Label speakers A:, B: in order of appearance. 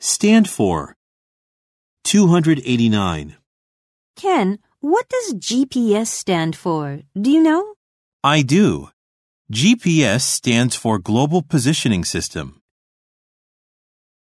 A: Stand for 289.
B: Ken, what does GPS stand for? Do you know?
A: I do. GPS stands for Global Positioning System.